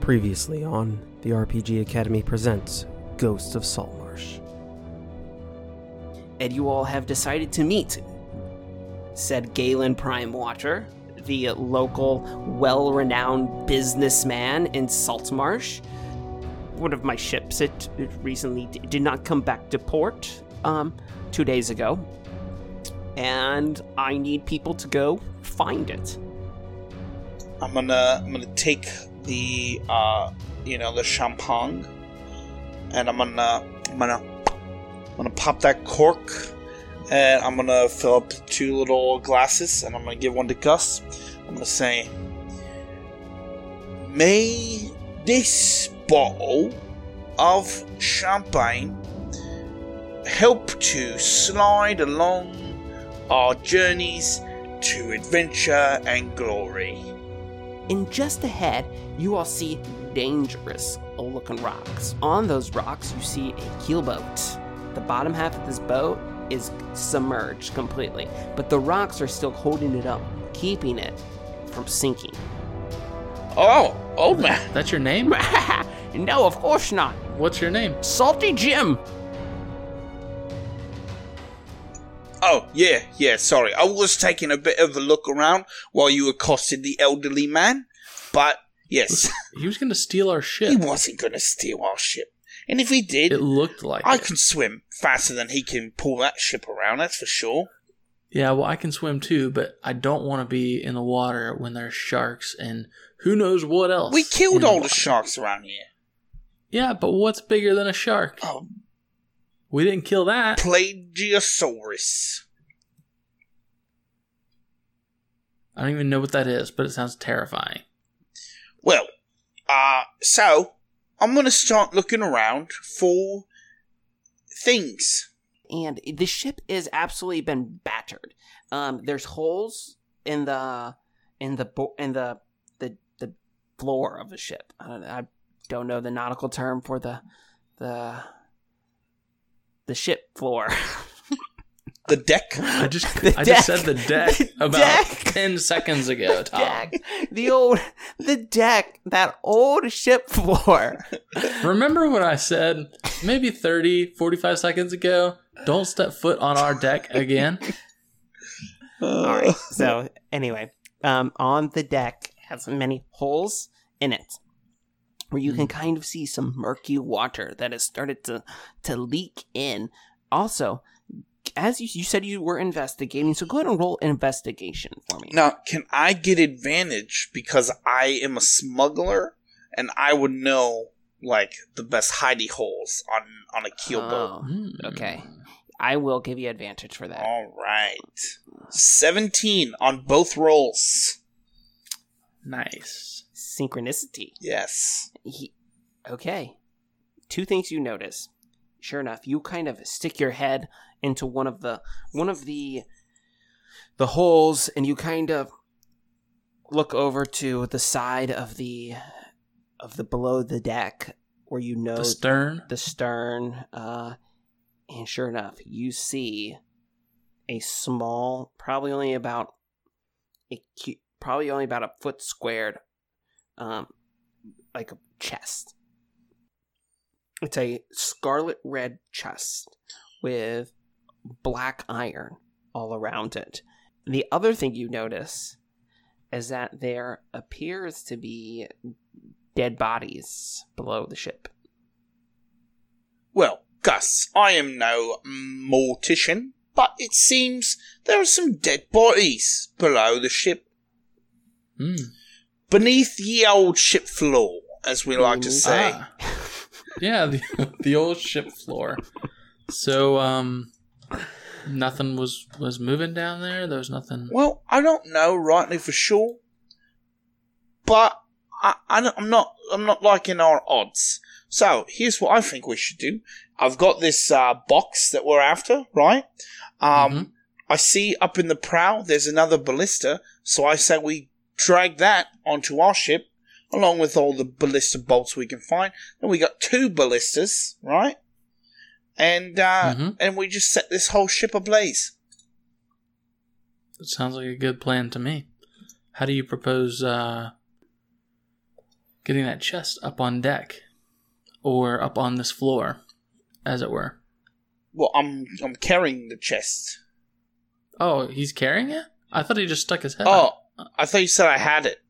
Previously on the RPG Academy presents Ghosts of Saltmarsh. and you all have decided to meet, said Galen Prime Watcher, the local, well renowned businessman in Saltmarsh. One of my ships, it, it recently d- did not come back to port um, two days ago, and I need people to go find it. I'm gonna I'm gonna take the uh you know the champagne and I'm gonna I'm gonna I'm gonna pop that cork and I'm gonna fill up two little glasses and I'm gonna give one to Gus. I'm gonna say May this bottle of champagne help to slide along our journeys to adventure and glory. And just ahead, you all see dangerous looking rocks. On those rocks, you see a keelboat. The bottom half of this boat is submerged completely, but the rocks are still holding it up, keeping it from sinking. Oh, old man. That's your name? no, of course not. What's your name? Salty Jim. Oh, yeah, yeah, sorry. I was taking a bit of a look around while you accosted the elderly man, but yes, He was gonna steal our he ship. wasn't going to steal our ship. And if he did, It looked like I it. can swim faster than he can pull that ship around, that's for sure. Yeah, well, I can swim too, but I don't want to be in the water when there's sharks and who knows what else. We killed in all the water. sharks around here. Yeah, but what's bigger than a shark? Oh, We didn't kill that. Plagiosaurus. I don't even know what that is, but it sounds terrifying. Well, uh, so I'm going to start looking around for things. and the ship is absolutely been battered. Um, there's holes in the in the bo- in the the the floor of the ship. I don't, I don't know the nautical term for the the the ship floor. The deck. I just The I just deck. said the deck The about deck. ten seconds ago. Tom. deck, the old the deck, that old ship floor. Remember when I said maybe 30, 45 seconds ago? Don't step foot on our deck again. All right. So anyway, um, on the deck has many holes in it, where you can kind of see some murky water that has started to to leak in. Also, as you, you said, you were investigating, so go ahead and roll investigation for me. Now, can I get advantage because I am a smuggler and I would know like the best hidey holes on on a keelboat? Oh, okay, Hmm, I will give you advantage for that. All right, seventeen on both rolls. Nice. Synchronicity. Yes. He, okay. Two things you notice. Sure enough, you kind of stick your head into one of the one of the the holes, and you kind of look over to the side of the of the below the deck where you know The stern. the stern. Uh, and sure enough, you see a small, probably only about a cu- probably only about a foot squared, um, like a chest. It's a scarlet red chest with black iron all around it. The other thing you notice is that there appears to be dead bodies below the ship. Well, Gus, I am no mortician, but it seems there are some dead bodies below the ship, Hmm. beneath ye old ship floor, as we like to Beneath- say. Ah. yeah, the, the old ship floor. So, um, nothing was was moving down there. There was nothing. Well, I don't know rightly for sure, but I, I don't- I'm not I'm not liking our odds. So here's what I think we should do. I've got this uh, box that we're after, right? Um, Mhm. I see up in the prow there's another ballista, so I say we drag that onto our ship along with all the ballista bolts we can find. Then we got two ballistas, right? And uh, Mhm. and we just set this whole ship ablaze. It sounds like a good plan to me. How do you propose? uh getting that chest up on deck or up on this floor, as it were. Well, I'm I'm carrying the chest. Oh, he's carrying it? I thought he just stuck his head. Oh, Uh-huh. out. I thought you said I had it.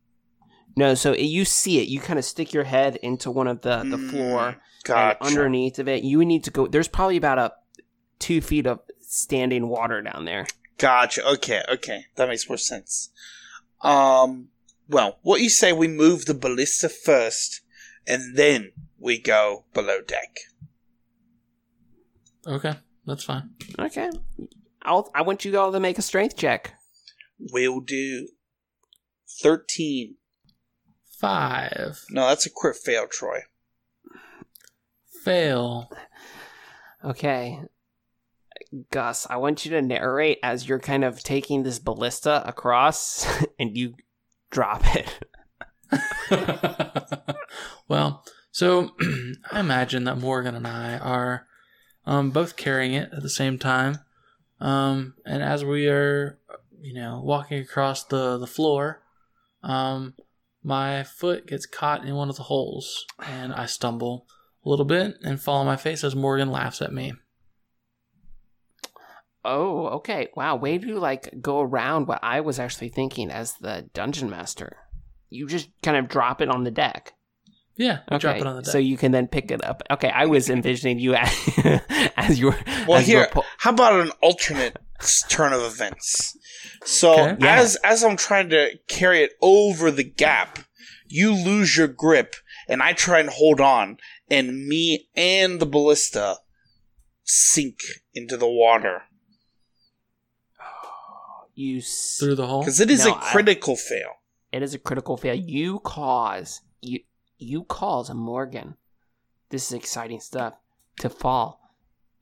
No, so you see it. You kind of stick your head into one of the the Mm, floor and Gotcha. underneath of it. You would need to go. There's probably about a two feet of standing water down there. Gotcha. Okay, okay. That makes more sense. Um, well, what you say we move the ballista first, and then we go below deck. Okay, that's fine. Okay. I'll, I want you all to make a strength check. We'll do 13. Five. No, that's a crit fail, Troy. Fail. Okay. Gus, I want you to narrate as you're kind of taking this ballista across and you drop it. well, so I imagine that Morgan and I are um, both carrying it at the same time. Um, and as we are, you know, walking across the, the floor, um, my foot gets caught in one of the holes and I stumble a little bit and fall on my face as Morgan laughs at me. Oh, okay. Wow, way to like go around what I was actually thinking as the dungeon master. You just kind of drop it on the deck. Yeah, I Okay. drop it on the deck. So you can then pick it up. Okay, I was envisioning you as, as you were. Well, as you were here, pu- how about an alternate s- turn of events? So Okay. Yeah. as as I'm trying to carry it over the gap, you lose your grip, and I try and hold on, and me and the ballista sink into the water you s- Through the hole? because it is No, a I- critical fail. it is a critical fail. You cause you you cause Morgan. This is exciting stuff to fall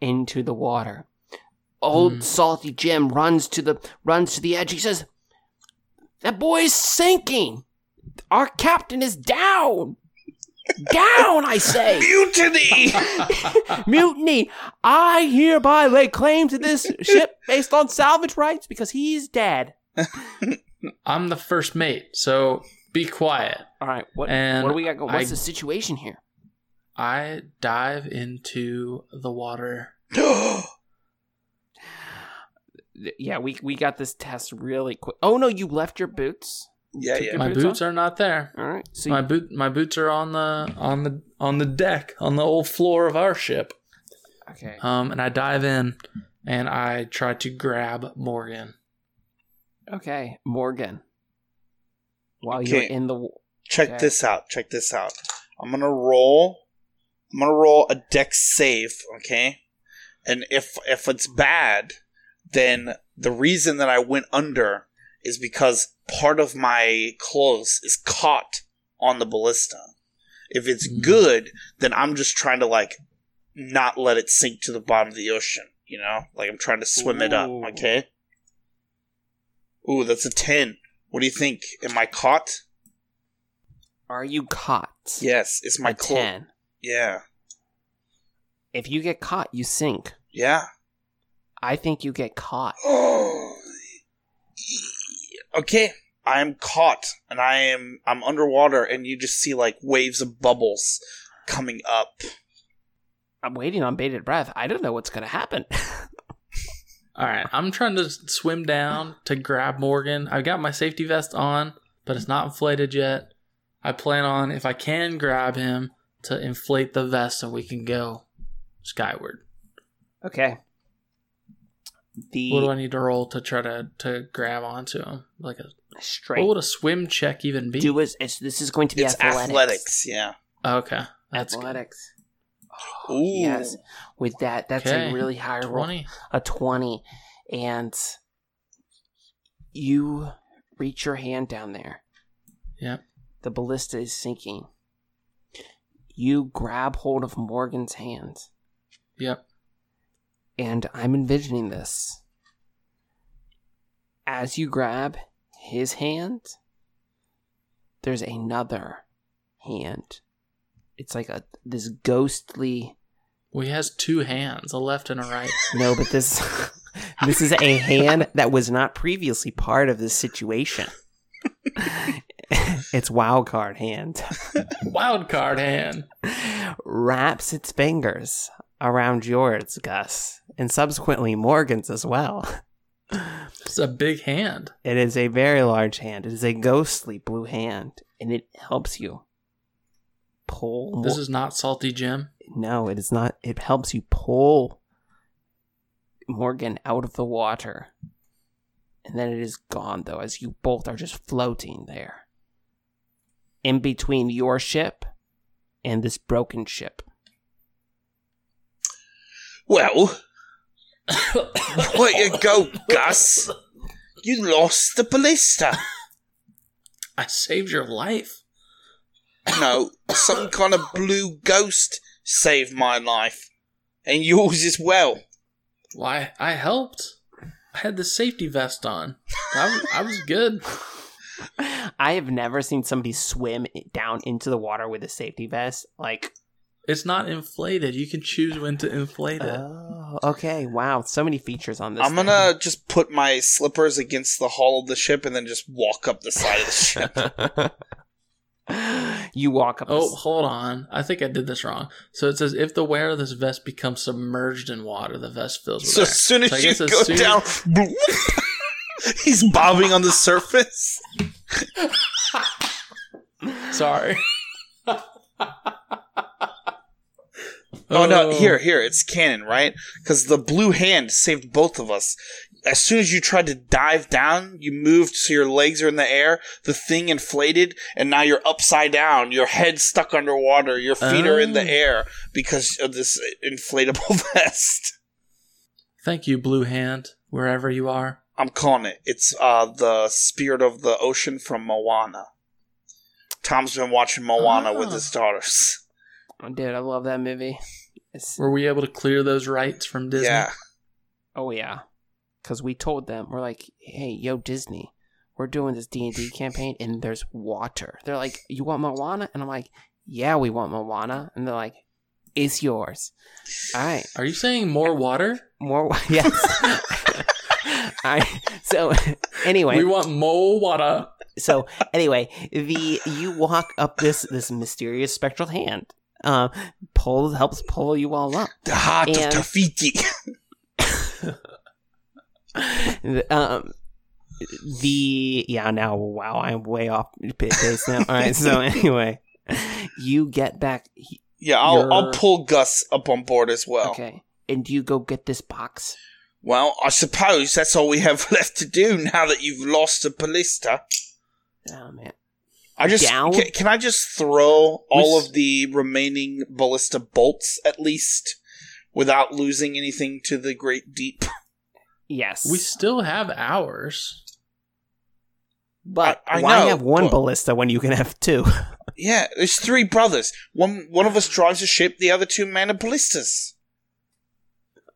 into the water. Old Hmm. salty Jim runs to the runs to the edge. He says, "That boy is sinking. Our captain is down, down. I say." Mutiny! Mutiny! I hereby lay claim to this ship based on salvage rights because he's dead. I'm the first mate, so be quiet. All right, what And what do we got going? What's I- the situation here? I dive into the water. th- yeah, we we got this test really quick. Oh no, you left your boots. yeah, Took yeah. your My boots boots, on? are not there. All right, so my you, boot my boots are on the on the on the deck on the old floor of our ship. okay, Um, and I dive in and I try to grab Morgan. okay, Morgan. While you're Okay. in the w- Check Okay. this out. Check this out. I'm gonna roll. I'm gonna roll a deck save. Okay, and if if it's bad, then the reason that I went under is because part of my clothes is caught on the ballista. If it's Mm. good, then I'm just trying to like not let it sink to the bottom of the ocean. You know, like I'm trying to swim it up. Ooh. Okay. Ooh, that's a ten. What do you think? Am I caught? are you caught? Yes, it's my A clo- ten. Yeah, If you get caught, you sink. yeah. Oh. I think you get caught. okay, I am caught, and I am I'm underwater, and you just see like waves of bubbles coming up. I'm waiting on bated breath. I don't know what's gonna happen. All right, I'm trying to s- swim down to grab Morgan. I've got my safety vest on, but it's not inflated yet. I plan on if I can grab him to inflate the vest so we can go skyward. okay. The What do I need to roll to try to to grab onto him? Like a strength. what would a swim check even be? do is it's, this is going to be it's athletics. athletics. yeah. okay, that's good. athletics. Ooh, Oh, Yes, with that, that's Okay. a really high roll. Twenty. a 20 and you reach your hand down there. Yep. The ballista is sinking. You grab hold of Morgan's hand, Yep. and I'm envisioning this. As you grab his hand, there's another hand. It's like a this ghostly Well, he has two hands, a left and a right. No, but this this is a hand that was not previously part of this situation. its wild card hand Wild card hand. wraps its fingers around yours, Gus, and subsequently Morgan's as well. It's a big hand. It is a very large hand. It is a ghostly blue hand, and it helps you pull. Mor- This is not salty Jim. no, it is not. It helps you pull Morgan out of the water, and then it is gone. Though, as you both are just floating there, in between your ship and this broken ship. Well, where you go, Gus? You lost the ballista. I saved your life. No, some kind of blue ghost saved my life, and yours as well. Why? I helped. I had the safety vest on. I was, I was good. I have never seen somebody swim i- down into the water with a safety vest. Like, It's not inflated. You can choose when to inflate it. Uh, oh, okay, wow, so many features on this. I'm gonna just put my slippers against the hull of the ship and then just walk up the side of the ship. gonna. you walk up. Oh, Oh, hold on. I think I did this wrong. So it says if the wearer of this vest becomes submerged in water, the vest fills with So air. as soon as So I you guess as go soon- down, bloop, he's bobbing on the surface. Sorry. Oh no! Here, here, it's canon, right? Because the blue hand saved both of us. As soon as you tried to dive down, you moved so your legs are in the air. The thing inflated, and now you're upside down. Your head stuck underwater. Your feet are in the Oh. air because of this inflatable vest. Thank you, Blue Hand, wherever you are. I'm calling it. It's uh, the spirit of the ocean from Moana. Tom's been watching Moana with Ah. his daughters. dude, I love that movie. It's, Were we able to clear those rights from Disney? Yeah, oh yeah, because we told them we're like, hey, yo, Disney, we're doing this D and D campaign, and there's water. They're like, you want Moana? And I'm like, yeah, we want Moana. And they're like, it's yours. All right. Are you saying more water? More wa- yes. I so anyway We want more water. so anyway the you walk up this this mysterious spectral hand uh, pulls helps pull you all up the heart And- of Tafiti. The, um the yeah now wow I'm way off base now all right so anyway you get back Yeah, I'll, I'll Your- pull Gus up on board as well. okay and you go get this box Well, I suppose that's all we have left to do now that you've lost the ballista. oh man I just Down? ca- can I just throw all s- of the remaining ballista bolts at least without losing anything to the great deep. yes We still have ours. but I- I why know, have one but- ballista when you can have two Yeah, there's three brothers. One one of us drives a ship, the other two man of ballistas.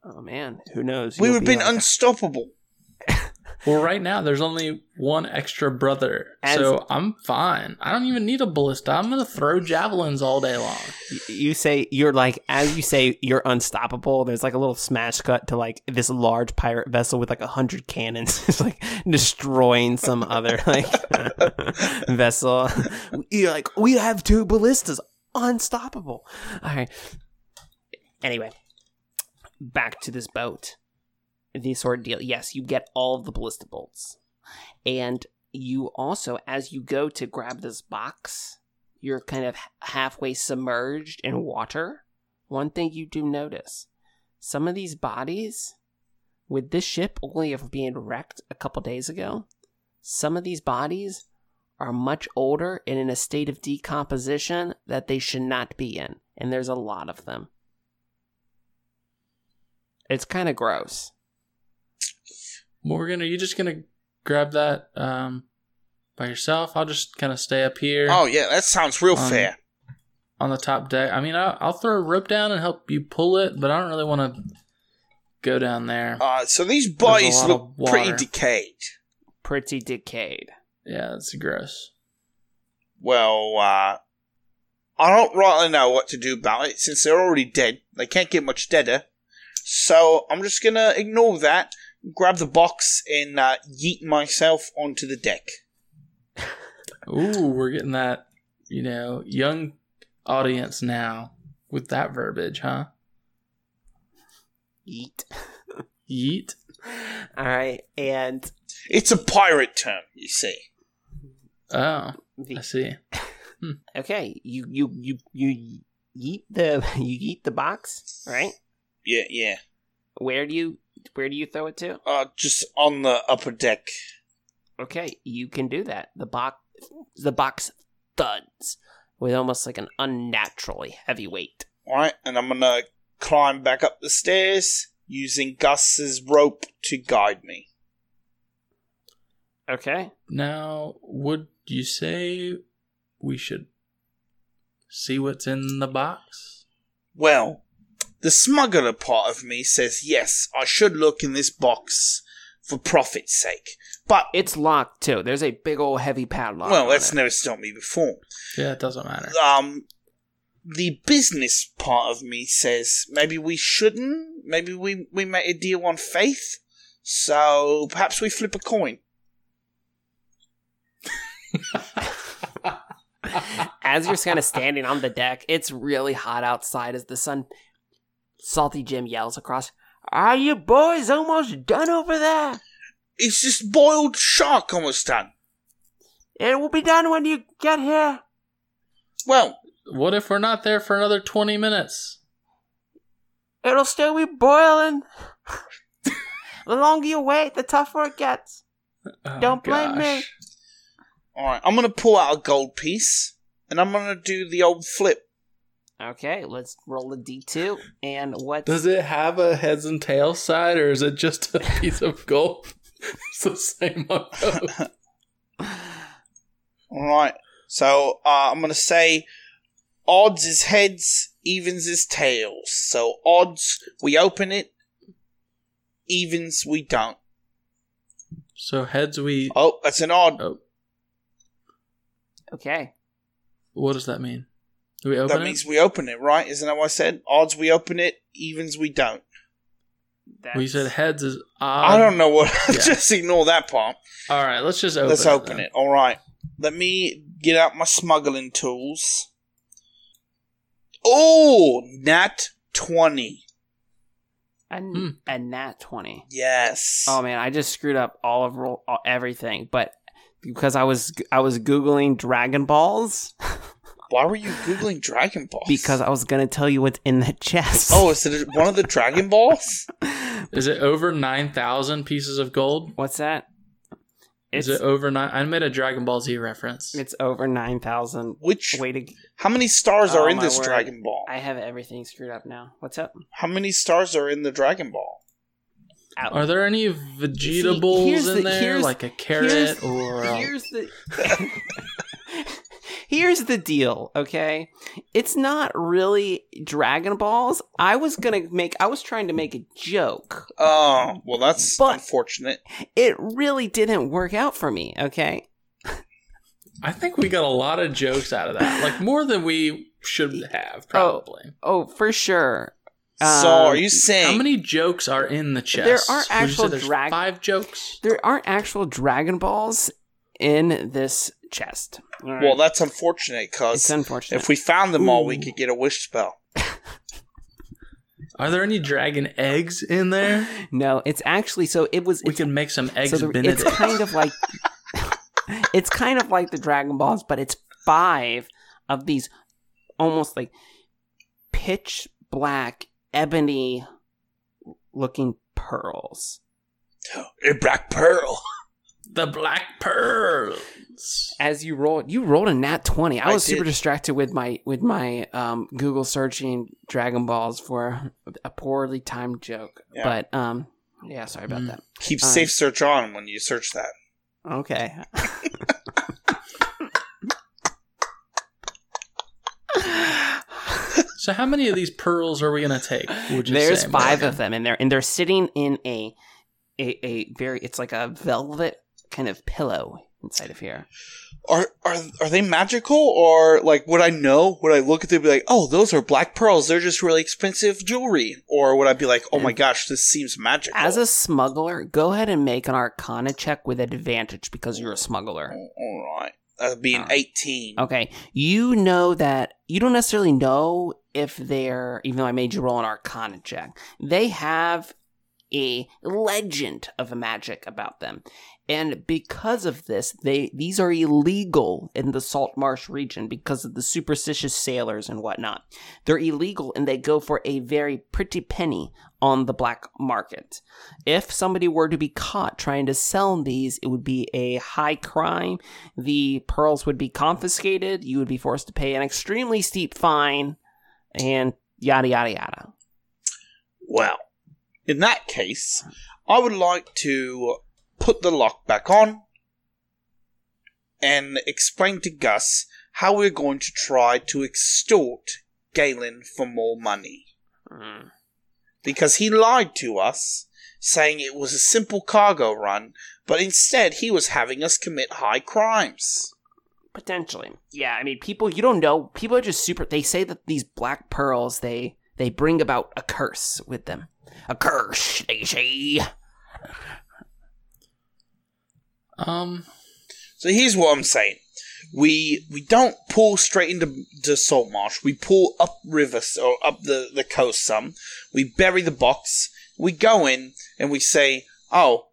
oh man who knows we You'll would have be been like- unstoppable. Well, right now there's only one extra brother, As- so I'm fine. I don't even need a ballista. I'm gonna throw javelins all day long. you say you're like as you say you're unstoppable there's like a little smash cut to like this large pirate vessel with like a hundred cannons it's like destroying some other like vessel you're like we have two ballistas unstoppable all right anyway back to this boat this ordeal yes you get all of the ballista bolts and you also as you go to grab this box you're kind of h- halfway submerged in water, one thing you do notice some of these bodies, with this ship only of being wrecked a couple days ago, some of these bodies are much older and in a state of decomposition that they should not be in. And there's a lot of them. It's kind of gross. Morgan, are you just gonna grab that um, by yourself? I'll just kind of stay up here Oh yeah, that sounds real Um, fair. on the top deck. I mean, I'll, I'll throw a rope down and help you pull it, but I don't really want to go down there. Uh, so these bodies lot look of water. pretty decayed. Pretty decayed. yeah, that's gross. Well, uh, I don't rightly know what to do about it since they're already dead. They can't get much deader. So I'm just gonna ignore that, grab the box, and uh, yeet myself onto the deck. Ooh, we're getting that, you know, young audience now with that verbiage, huh? Yeet. Yeet. All right, and It's a pirate term, you see. Oh, I the, see. okay, you you you you yeet the you yeet the box, right? Yeah, yeah. Where do you where do you throw it to? Uh, just on the upper deck. Okay, you can do that. The box the box thuds with almost like an unnaturally heavy weight. Alright, and I'm gonna climb back up the stairs using Gus's rope to guide me. Okay. Now, would you say we should see what's in the box? Well, the smuggler part of me says yes, I should look in this box for profit's sake. But, It's locked too. There's a big old heavy padlock. well, on that's it. never stopped me before. Yeah, it doesn't matter. um the business part of me says maybe we shouldn't maybe we we made a deal on faith so perhaps we flip a coin as you're kind of standing on the deck, it's really hot outside as the sun. Salty Jim yells across, Are you boys almost done over there? it's just boiled shark almost done It will be done when you get here. well What if we're not there for another 20 minutes? It'll still be boiling. the longer you wait, the tougher it gets. Oh, Don't blame me. gosh. all right i'm gonna pull out a gold piece and i'm gonna do the old flip Okay, let's roll a d2. And what's. Does it have a heads and tails side, or is it just a piece of gold? it's the same on both. all right so uh, i'm gonna say odds is heads evens is tails so odds we open it evens we don't So heads, we. oh that's an odd Oh, Okay. what does that mean? Do we open that it? means we open it, right? Isn't that what I said? Odds we open it, evens we don't. That's... we said heads is odd. I don't know what. Um, yeah. just ignore that part. All right, let's just open. Let's it open then. it. All right. Let me get out my smuggling tools. Oh, nat twenty. A, Hmm. a nat 20. Yes. Oh man, I just screwed up all of roll, all, everything, but because I was I was googling Dragon Balls Why were you googling Dragon Balls? because I was gonna tell you what's in the chest. oh, is it one of the Dragon Balls? Is it over nine thousand pieces of gold? what's that? It's is it over nine? I made a Dragon Ball Z reference. it's over nine thousand. Which? Way to! How many stars Oh, are in my this word. Dragon Ball? I have everything screwed up now. What's up? How many stars are in the Dragon Ball? Out. Are there any See, vegetables here's in the- there, here's- like a here's- carrot or? uh, a- Here's the Here's the deal, okay? It's not really Dragon Balls. I was going to make I was trying to make a joke. Oh, well, that's But- unfortunate. It really didn't work out for me, okay? I think we got a lot of jokes out of that, like more than we should have, probably. Oh, for sure. so, Um, are you saying How many jokes are in the chest? There are Would you say actual there's drag- five jokes. There aren't actual Dragon Balls in this chest. All right. Well, that's unfortunate it's because unfortunate. if we found them all, we Ooh. could get a wish spell. Are there any dragon eggs in there? no, it's actually so it was We can make some eggs so the- Benedict. it's kind of like it's kind of like the Dragon Balls, but it's five of these almost like pitch black ebony looking pearls. A black pearl. the black pearls. As you rolled, you rolled a nat twenty. I, I was super did. distracted with my with my um, Google searching Dragon Balls for a poorly timed joke, Yeah. but um, yeah, sorry about Mm. that. Keep Um, safe search on when you search that. Okay. So how many of these pearls are we gonna take? Would you There's say, five Morgan? of them, and they're and they're sitting in a, a a very it's like a velvet kind of pillow inside of here. Are are are they magical or like would I know? Would I look at them and be like, oh, those are black pearls? They're just really expensive jewelry. Or would I be like, oh my gosh, this seems magical? Mm. As a smuggler, go ahead and make an Arcana check with advantage because you're a smuggler. Oh, all right, that'd be an Oh. 18. Okay. You know that you don't necessarily know if they're, even though I made you roll an arcana check, they have a legend of magic about them. And because of this, they these are illegal in the salt marsh region because of the superstitious sailors and whatnot. They're illegal and they go for a very pretty penny on the black market. If somebody were to be caught trying to sell these, it would be a high crime the pearls would be confiscated. You would be forced to pay an extremely steep fine, and yada yada yada. Well, in that case, I would like to put the lock back on and explain to Gus how we're going to try to extort Galen for more money. Because he lied to us, saying it was a simple cargo run, but instead he was having us commit high crimes. Potentially, yeah. I mean, people you don't know. People are just super. They say that these black pearls they they bring about a curse with them. A curse, they say. Um, So here's what I'm saying. We we don't pull straight into to salt marsh. We pull up river s- or up the, the coast some. We bury the box. We go in and we say, "Oh,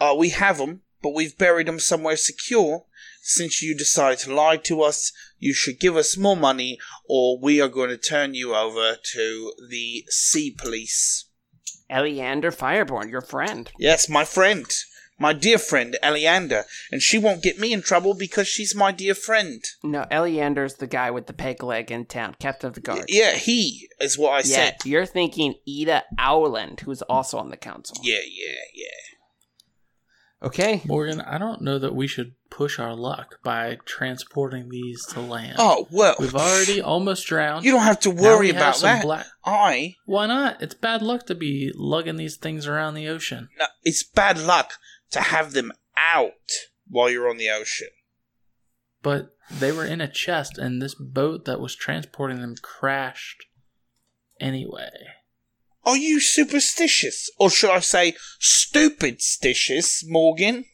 uh, we have them, but we've buried them somewhere secure. Since you decided to lie to us, you should give us more money, or we are going to turn you over to the sea police." Eleander Fireborn, your friend. Yes, my friend, my dear friend Eleander, and she won't get me in trouble because she's my dear friend. No, Eleander's the guy with the peg leg in town, captain of the guard. Yeah, he is what I yeah, said. you're thinking Ida Owland, who's also on the council. Yeah, yeah, yeah. Okay. Morgan, I don't know that we should push our luck by transporting these to land. Oh well, We've already almost drowned. you don't have to Now we worry have about some that. black- I Why not? It's bad luck to be lugging these things around the ocean. no, it's bad luck to have them out while you're on the ocean. But they were in a chest, and this boat that was transporting them crashed anyway. Are you superstitious, or should I say, stupid stitious, Morgan?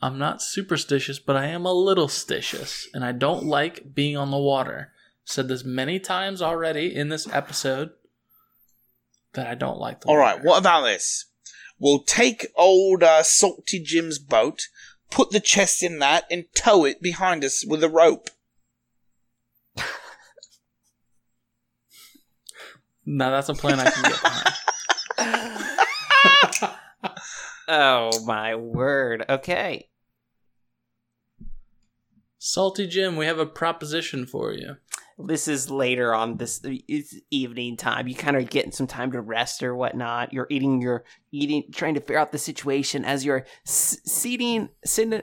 I'm not superstitious, but I am a little stitious, and I don't like being on the water. Said this many times already in this episode that I don't like the All water. right, what about this? We'll take old uh, Salty Jim's boat, put the chest in that, and tow it behind us with a rope. No, that's a plan I can get behind. Oh my word. Okay. Salty Jim, we have a proposition for you. this is later on this it's evening time you kind of getting some time to rest or whatnot you're eating your eating trying to figure out the situation as you're s- seating sitting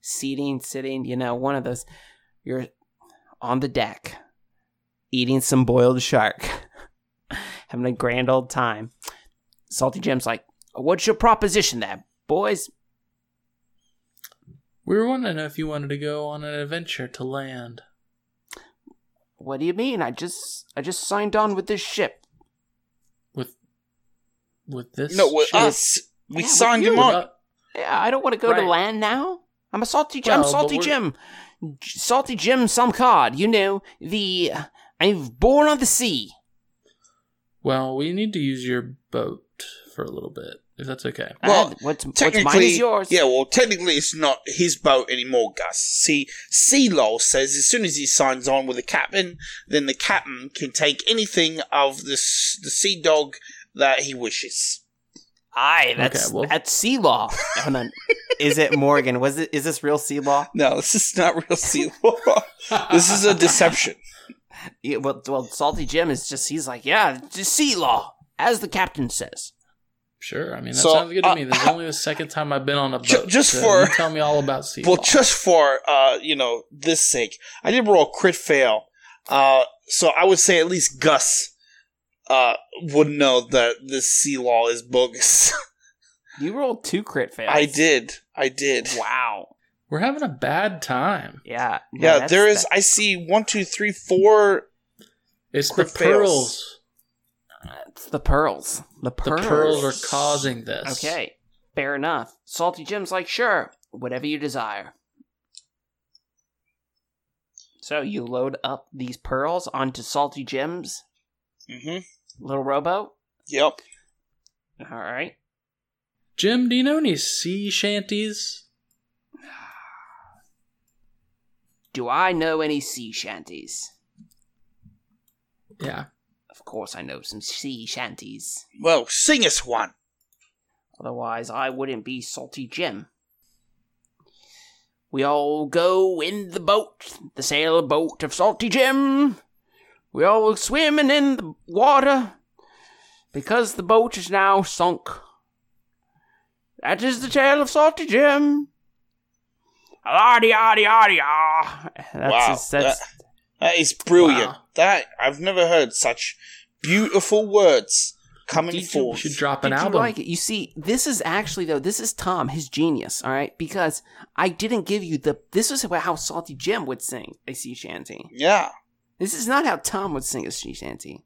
seating sitting you know one of those you're on the deck eating some boiled shark having a grand old time salty jim's like what's your proposition there boys We were wondering if you wanted to go on an adventure to land. what do you mean i just i just signed on with this ship with with this No, with ship. us. We Yeah, with signed you. him on. Without- Yeah, I don't want to go to Right. land now. I'm a salty. I'm Well, but salty we're- Jim. J- Salty Jim, some cod. You know the. I've born on the sea. well we need to use your boat for a little bit if that's okay Well, Uh, what's, what's Technically, mine is yours. yeah. Well, technically, it's not his boat anymore, Gus. See, Sea Lol says as soon as he signs on with the captain, then the captain can take anything of the s- the sea dog that he wishes. Aye, that's Okay, well- that's sea law. Oh, no. is it Morgan? Was it? Is this real sea law? No, this is not real Sea Lol. this is a deception. Yeah, well, well, salty Jim is just. He's like, yeah, just sea law, as the captain says. sure i mean that So, sounds good to uh, me this is only the second time i've been on a boat Ju- just so for- you tell me all about sea Well, law. just for uh, you know, this sake, I did roll a crit fail. Uh, so I would say at least Gus uh would know that this Sea Lol is bogus. You rolled two crit fails. I did. I did. Wow. we're having a bad time Yeah. no, Yeah, that's- there is. that- I see one, two, three, four. it's Quick the pearls It's the pearls. The the pearls. pearls. are causing this Okay, fair enough. Salty Jim's like, sure, whatever you desire. So you load up these pearls onto salty gems, Mm-hmm. little robo. Yep. All right. Jim, do you know any sea shanties? Do I know any sea shanties? Yeah. Of course, I know some sea shanties. Well, sing us one. Otherwise, I wouldn't be Salty Jim. We all go in the boat, the sailboat of Salty Jim. We all swimming in the water because the boat is now sunk. That is the tale of Salty Jim. Ardy, ardy, ardy, ah. That's Wow, his- that's, That is brilliant. Wow. That I've never heard such beautiful words coming Did you forth. should drop an Did album. you like it? You see, this is actually though. This is Tom, his genius. All right, because I didn't give you the. This is how Salty Jim would sing a sea shanty. yeah. This is not how Tom would sing a sea shanty.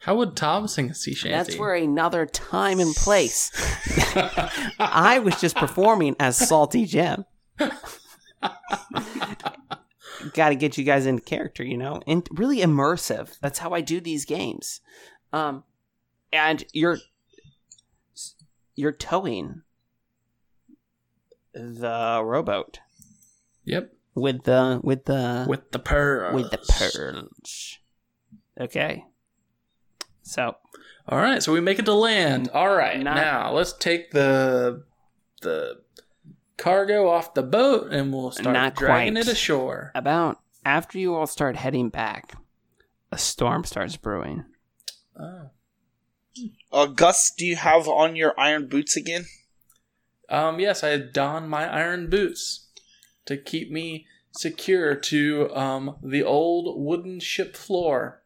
How would Tom sing a sea shanty? That's for another time and place. I was just performing as Salty Jim. Got to get you guys into character, you know, and really immersive. That's how I do these games. Um, and you're you're towing the rowboat Yep. with the with the With the pearls. with the pearls. Okay, so All right, so we make it to land. All right, Not- now let's take the the cargo off the boat and we'll start Not dragging quite. it ashore. about after you all start heading back, a storm starts brewing. Oh. Uh, Gus, do you have on your iron boots again? Um, yes, I don my iron boots to keep me secure to um, the old wooden ship floor.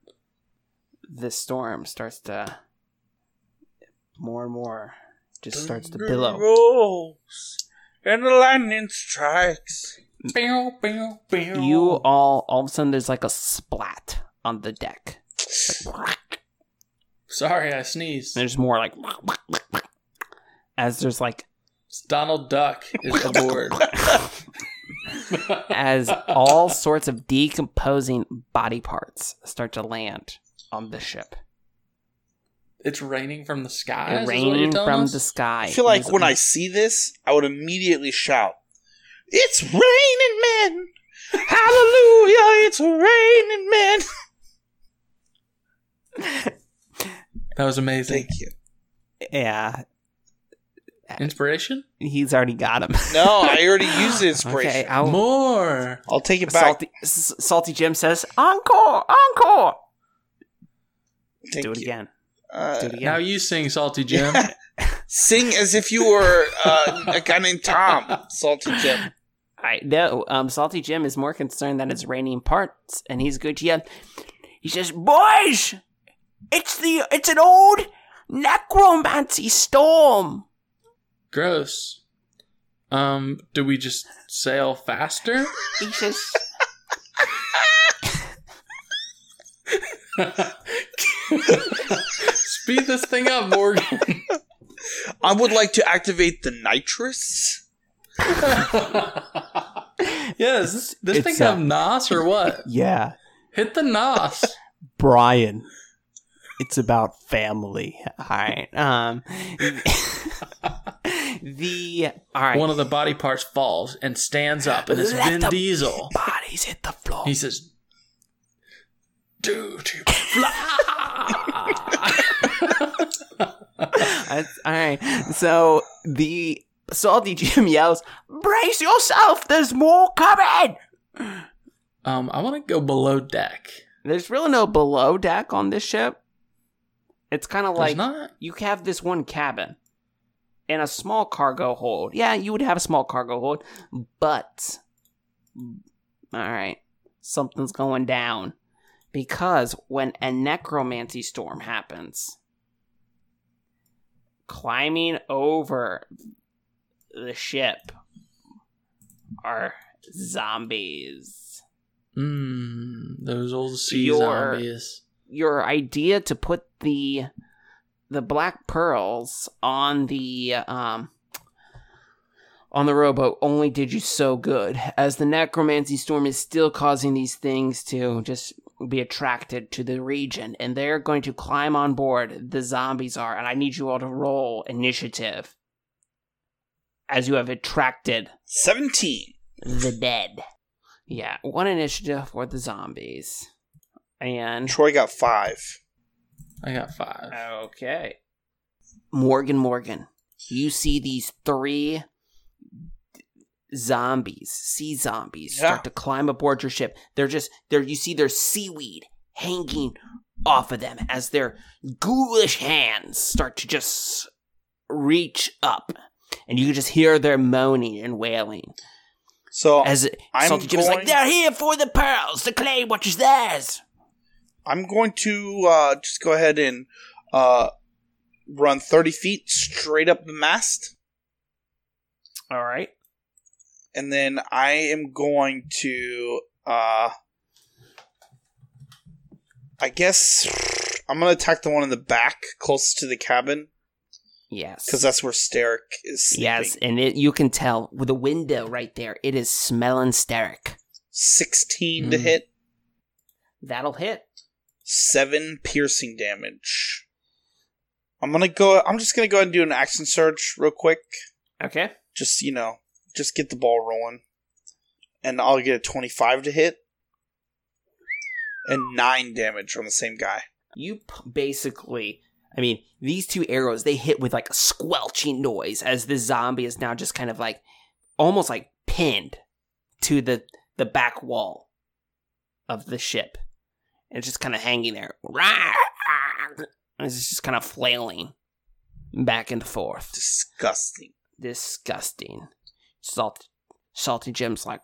the storm starts to more and more just starts to billow. Rolls and the lightning strikes. Bow, bow, bow. You all all of a sudden there's like a splat on the deck. Sorry, I sneezed. There's more like as there's like It's Donald Duck is aboard. as all sorts of decomposing body parts start to land on the ship. it's raining from the sky. It raining from the sky. sky. I feel like There's- when I see this, I would immediately shout, "It's raining men! Hallelujah! It's raining men!" That was amazing. Thank you. yeah, Inspiration? he's already got him. No, I already used the inspiration. okay, I'll, More. I'll take it back. Salty, S- Salty Jim says, "Encore, encore." Thank do it you. again. Uh, Do it Now again. you sing, Salty Jim. Sing as if you were uh, a guy named Tom, Salty Jim. I know. Um, Salty Jim is more concerned that it's raining parts, and he's good to yell. He says, "Boys, it's the it's an old necromancy storm." Gross. Um, do we just sail faster? He says, Speed this thing up, Morgan. I would like to activate the nitrous. yes, this, this It's, thing have uh, nos or what? Yeah, Hit the nos. Brian. It's about family. "All right, um, the all right, One of the body parts falls and stands up, and it's Let Vin the- Diesel. bodies hit the floor." He says, "Do to fly." That's, all right. So the salty Jim yells, "Brace yourself! There's more coming!" um, I want to go below deck. There's really no below deck on this ship. It's kind of There's like not. you have this one cabin and a small cargo hold. Yeah, you would have a small cargo hold, but all right, something's going down because when a necromancy storm happens, climbing over the ship are zombies. Mm, those old sea Your- zombies. your idea to put the the black pearls on the um on the rowboat only did you so good, as the necromancy storm is still causing these things to just be attracted to the region, and they're going to climb on board. The zombies are, and I need you all to roll initiative, as you have attracted 17. the dead. Yeah, one initiative for the zombies, and Troy got five. I got five. Okay. Morgan Morgan, you see these three zombies, sea zombies, Yeah. start to climb aboard your ship. They're just there you see their seaweed hanging off of them as their ghoulish hands start to just reach up. And you can just hear their moaning and wailing. So As Oh, I'm Salty Jim is like, going- they're here for the pearls, to claim what is theirs. I'm going to uh, just go ahead and uh, run 30 feet straight up the mast. All right. and then I am going to uh I guess I'm gonna attack the one in the back, close to the cabin, Yes. because that's where Steric is. Sleeping. Yes, and it, you can tell with the window right there. It is smelling steric. sixteen to Mm. hit, That'll hit. seven piercing damage. I'm gonna go. I'm just gonna go ahead and do an action search real quick. Okay. Just you know, just get the ball rolling, and I'll get a twenty-five to hit, and nine damage on the same guy. You p- basically, I mean, these two arrows they hit with like a squelching noise as the zombie is now just kind of like almost like pinned to the the back wall of the ship. And it's just kind of hanging there. And it's just kind of flailing back and forth. Disgusting. disgusting. Salt, salty Jim's like,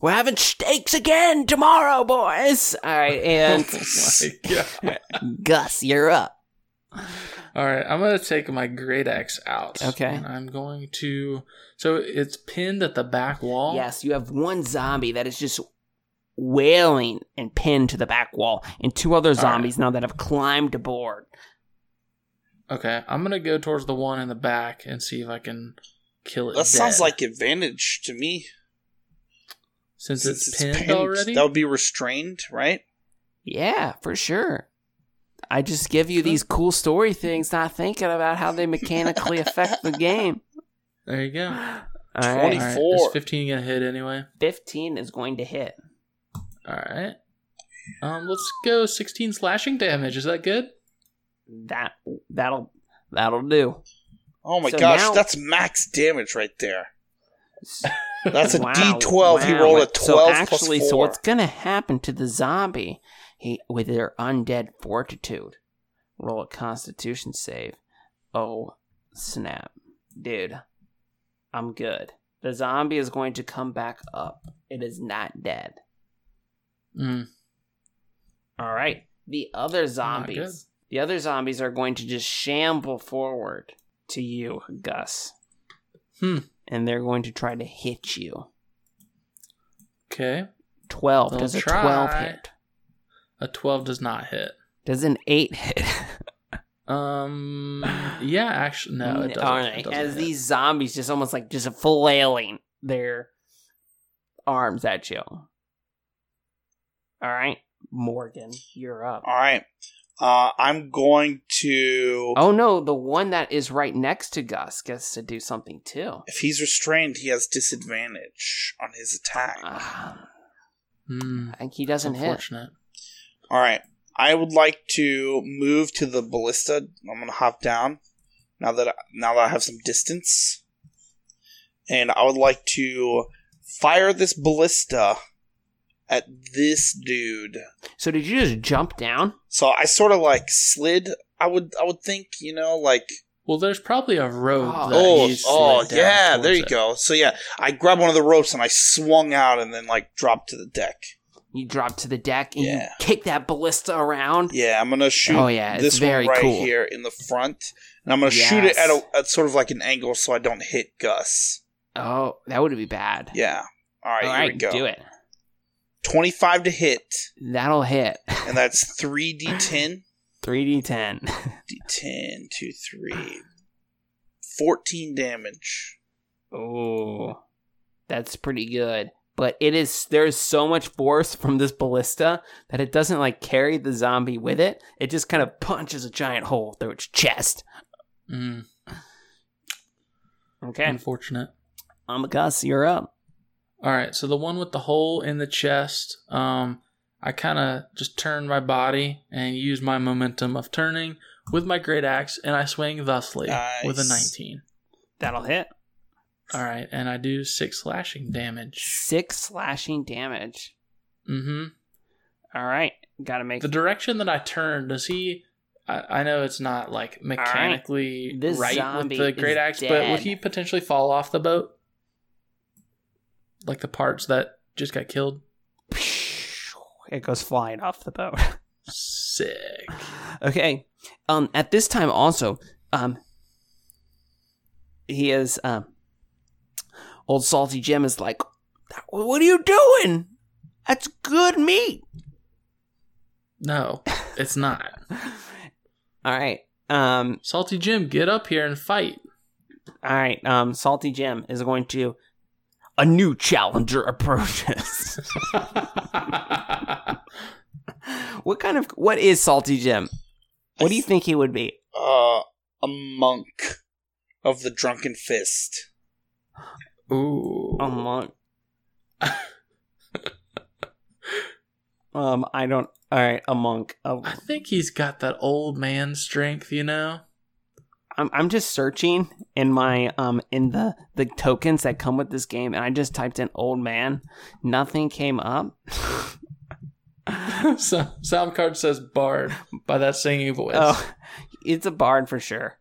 we're having steaks again tomorrow, boys. All right, and oh my god. Gus, you're up. All right, I'm gonna take my great axe out. Okay. and I'm going to. So it's pinned at the back wall. Yes, you have one zombie that is just wailing and pinned to the back wall, and two other right. zombies now that have climbed aboard. Okay, I'm gonna go towards the one in the back and see if I can kill it. That sounds dead. like advantage to me. since, Since it's, pinned, already. That would be restrained, right? Yeah, for sure. I just give you these cool story things, not thinking about how they mechanically affect the game. There you go. All All right, right, 20. is 24. 15 gonna hit anyway? 15 is going to hit. All right. Um, let's go 16 slashing damage. Is that good? That that'll that'll do. Oh my So gosh, now- that's max damage right there. That's a Wow, D12. He wow. rolled a So 12 plus actually, so four. what's gonna happen to the zombie? He with their undead fortitude. Roll a Constitution save. Oh snap, dude! I'm good. The zombie is going to come back up. It is not dead. Mm. All right. The other Not good. zombies. The other zombies are going to just shamble forward to you, Gus. Hmm. And they're going to try to hit you. Okay. 12. They'll Does a try. 12 hit? A 12 does not hit. Does an 8 hit? Um. Yeah. Actually, no. It doesn't. All It right. doesn't As hit. these zombies just almost like just flailing their arms at you. All right. Morgan, you're up. All right. Uh, I'm going to. Oh no, the one that is right next to Gus gets to do something too. If he's restrained, he has disadvantage on his attack. Ah, Hmm, I think he doesn't hit. unfortunate. All right. I would like to move to the ballista. I'm gonna hop down now that I, now that I have some distance, and I would like to fire this ballista at this dude. So did you just jump down? So I sort of like slid. I would I would think you know like Well, there's probably a rope. Oh. that oh you slid oh down yeah towards there you it. go. So yeah, I grabbed one of the ropes and I swung out and then like dropped to the deck. You drop to the deck and you Yeah. kick that ballista around. Yeah, I'm gonna shoot. Oh, yeah, it's this very one right cool. here in the front, and I'm gonna shoot it Yes. at a at sort of like an angle so I don't hit Gus. Oh, that would be bad. Yeah. All right, All here we right, go. do it. Twenty-five to hit, That'll hit. and that's three d10, 3d10. d10, two, three, 14 damage. Oh, that's pretty good. But it is there's so much force from this ballista that it doesn't like carry the zombie with it. It just kind of punches a giant hole through its chest. Mm, Okay, Unfortunate. Amagas, you're up. All right, so the one with the hole in the chest, um, I kind of just turn my body and use my momentum of turning with my great axe, and I swing thusly with a Nice. 19. That'll hit All right, and I do six slashing damage. six slashing damage. hmm All right, gotta make The direction that I turn, does he? I, I know it's not like right. mechanically This right zombie with the great is axe, but dead. would he potentially fall off the boat? Like the parts that just got killed? it goes flying off the boat. Sick. okay. Um, at this time, also, um, he is um, old salty Jim is like, "What are you doing? That's good meat." No, it's not. All right. Um, Salty Jim, get up here and fight. all right. Um, salty Jim is going to. A new challenger approaches. what kind of what is Salty Jim? What do you think he would be? Uh, a monk of the drunken fist. Ooh. A monk. um, I don't. All right, a monk. A, I think he's got that old man strength, you know? I'm I'm just searching in my um in the the tokens that come with this game, and I just typed in old man. Nothing came up. So, sound card says Bard by that singing voice. oh, it's a bard for sure.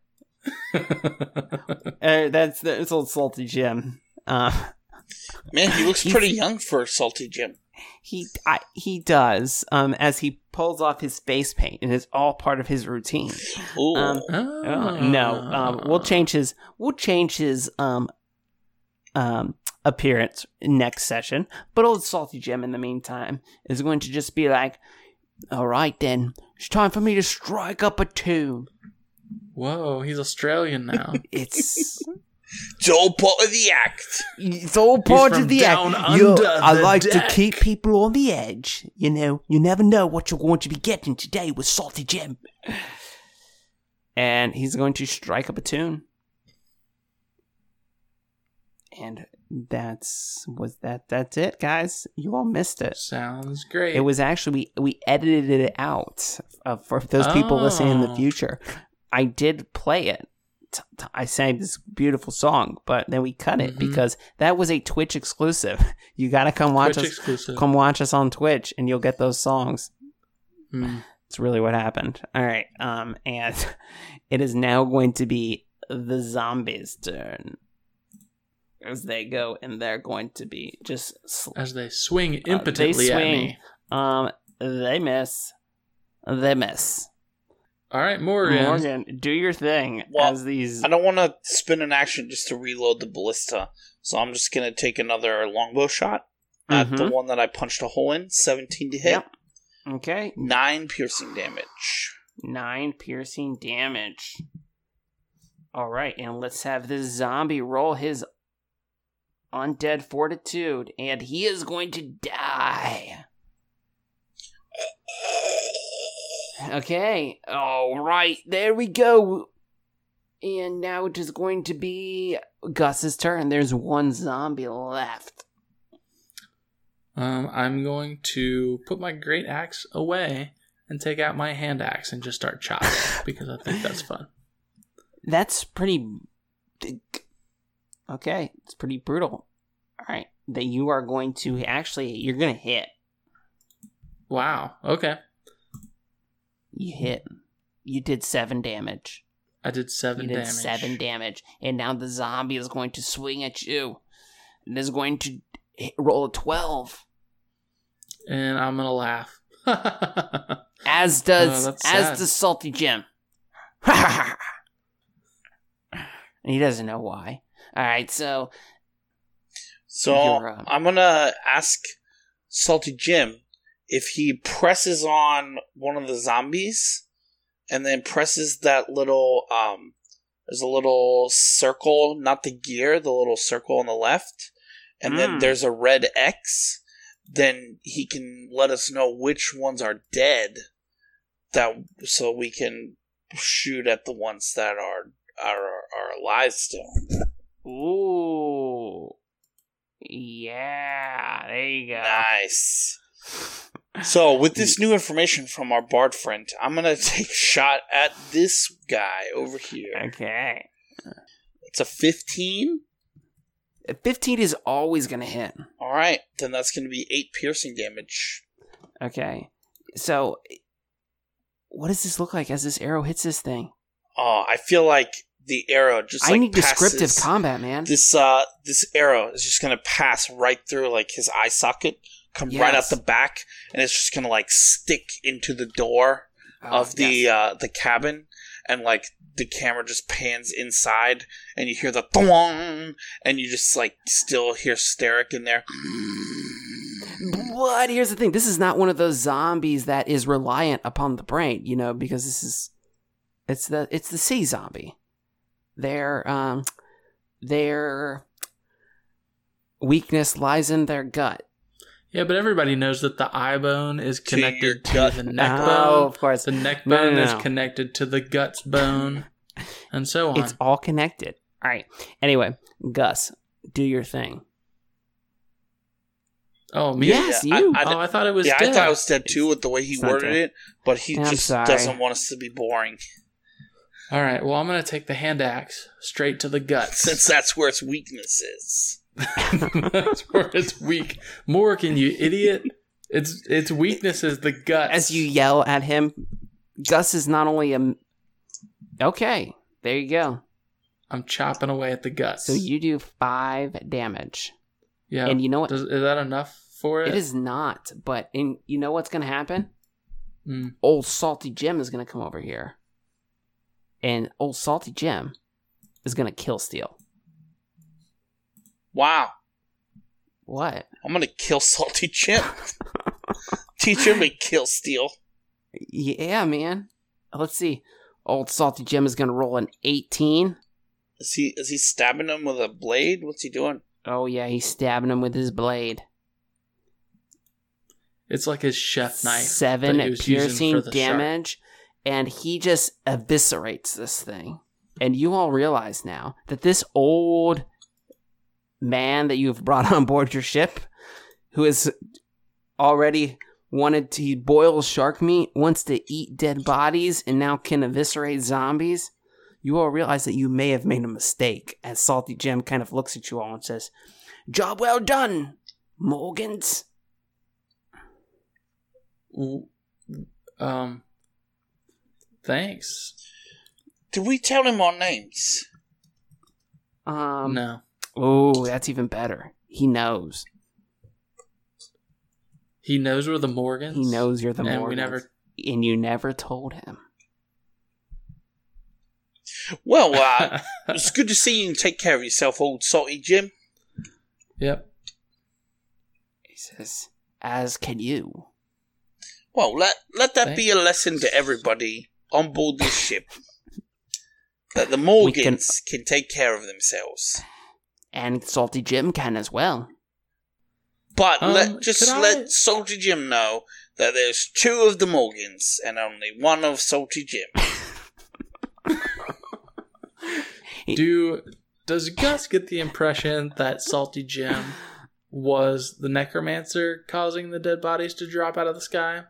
Uh, that's that's old salty Jim. Uh, Man, he looks pretty young for a salty Jim. he I, he does um as he pulls off his face paint, and it's all part of his routine. Ooh, Um, Oh. Uh, no, um, we'll change his we'll change his um um appearance next session. But old salty Jim, in the meantime, is going to just be like, "All right, then it's time for me to strike up a tune." Whoa, he's Australian now. It's it's all part of the act. it's all part from of the down act. You- under I the like deck. to keep people on the edge. You know, you never know what you're going to be getting today with salty Jim. And he's going to strike up a tune. And that's was that that's it, guys. You all missed it. Sounds great. It was actually we, we edited it out uh, for those people listening in the Oh. future. I did play it. T- t- I sang this beautiful song, but then we cut it Mhm. because that was a Twitch exclusive. You gotta come watch Twitch us. exclusive. Come watch us on Twitch, and you'll get those songs. Hmm. It's really what happened. All right, um, and it is now going to be the zombies' turn as they go, and they're going to be just sl- As they swing impotently at Uh, swing. me. Um, they miss. They miss. All right, Morgan. Morgan, do your thing Well, as these. I don't want to spin an action just to reload the ballista, so I'm just gonna take another longbow shot at the Mhm. one that I punched a hole in. Seventeen to hit, Yep. Okay, nine piercing damage. nine piercing damage. All right, and let's have this zombie roll his undead fortitude, and he is going to die. Okay, all right, there we go. And now it is going to be Gus's turn. There's one zombie left. Um, I'm going to put my great axe away and take out my hand axe and just start chopping because I think that's fun. That's pretty. Okay, it's pretty brutal. All right, that you are going to actually, you're going to hit. Wow. Okay. You hit. You did seven damage. I did seven you did damage. seven damage, and now the zombie is going to swing at you. And is going to hit, roll a twelve. and I'm gonna laugh. As does Oh, that's as sad. does Salty Jim. and he doesn't know why. All right, so So You're up. I'm gonna ask Salty Jim if he presses on one of the zombies and then presses that little um There's a little circle, not the gear, the little circle on the left, and then Mm. there's a red X. Then he can let us know which ones are dead, that so we can shoot at the ones that are are are alive still. Ooh. Yeah. There you go. Nice. So, with this new information from our bard friend, I'm gonna take a shot at this guy over here. Okay. It's a 15. A 15 is always going to hit. All right, then that's gonna be eight piercing damage. Okay. So, what does this look like as this arrow hits this thing? Oh, I feel like the arrow just. I like, need descriptive passes- combat, man. This uh, this arrow is just gonna pass right through like his eye socket, come right out Yes. the back, and it's just gonna like stick into the door Oh, of the yes. uh, the cabin, and like the camera just pans inside, and you hear the thwong, and you just like still hear Steric in there. But here's the thing this is not one of those zombies that is reliant upon the brain, you know, because this is. It's the it's the sea zombie. Their um their weakness lies in their gut. Yeah, but everybody knows that the eye bone is To your connected to, gut. the neck Oh, bone. of course. The neck No, no, bone no. is connected to the guts bone, and so on. It's all connected. All right. Anyway, Gus, do your thing. oh, me? Yes, Yeah, I- you. I- oh, I thought it was yeah, dead. I thought it was dead too with the way he It's not worded dead. it, but he I'm just sorry. doesn't want us to be boring all right, well, I'm going to take the hand axe straight to the since guts. that's where its weakness is. That's where it's weak. Morgan, you idiot. It's its weakness is the guts. As you yell at him, Gus is not only a. Okay, there you go. I'm chopping away at the guts. So you do five damage, yeah. and you know what? Does, is that enough for it? It is not. But in you know what's gonna happen? Mm. Old salty Jim is gonna come over here, and old salty Jim is gonna kill Steel. Wow, What? I'm gonna kill Salty Chip. Teach him to kill Steel. Yeah, man. Let's see. Old salty Jim is gonna roll an eighteen. Is he is he stabbing him with a blade? What's he doing? Oh yeah, he's stabbing him with his blade. It's like his chef knife. Seven that he was using for piercing the shark. damage, and he just eviscerates this thing. And you all realize now that this old man that you've brought on board your ship, who has already wanted to he boils shark meat, wants to eat dead bodies, and now can eviscerate zombies. You all realize that you may have made a mistake as Salty Jim kind of looks at you all and says, Job well done, Morgans. W- Um, thanks. Did we tell him our names? Um, no. Oh, that's even better. He knows. He knows we're the Morgans. He knows you're the and Morgans. we never. and you never told him. Well, uh, it's good to see you and take care of yourself, old Salty Jim. yep. He says, "As can you." Well, let let that be a lesson to everybody on board this ship. That the Morgans can... take care of themselves. And Salty Jim can as well. But Um, let just could I- let Salty Jim know that there's two of the Morgans and only one of Salty Jim. Do does Gus get the impression that Salty Jim was the necromancer causing the dead bodies to drop out of the sky?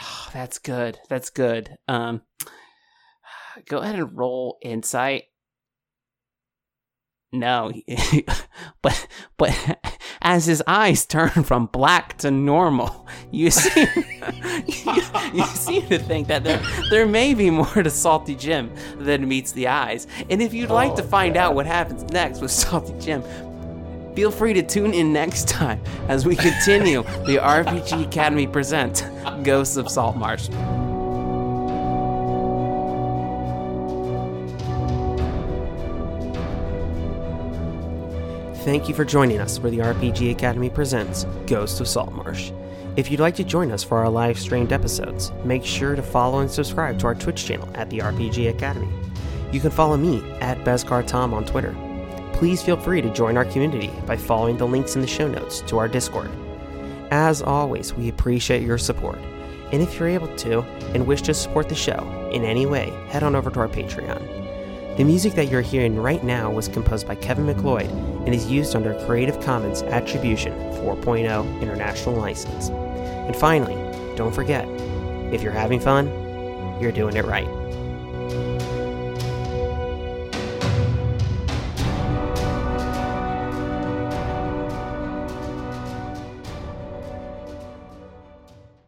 Oh, that's good. That's good. Um, go ahead and roll insight. No, but but as his eyes turn from black to normal, you see you, you seem to think that there there may be more to Salty Jim than meets the eyes. And if you'd like to find out what happens next with Salty Jim, Feel free to tune in next time as we continue the RPG Academy presents Ghosts of Salt Marsh. Thank you for joining us for the RPG Academy presents Ghost of Saltmarsh. If you'd like to join us for our live streamed episodes, make sure to follow and subscribe to our Twitch channel at the RPG Academy. You can follow me at BezcarTom on Twitter. Please feel free to join our community by following the links in the show notes to our Discord. As always, we appreciate your support. And if you're able to and wish to support the show in any way, head on over to our Patreon. The music that you're hearing right now was composed by Kevin McLeod and is used under a Creative Commons Attribution 4.0 International License. And finally, don't forget if you're having fun, you're doing it right.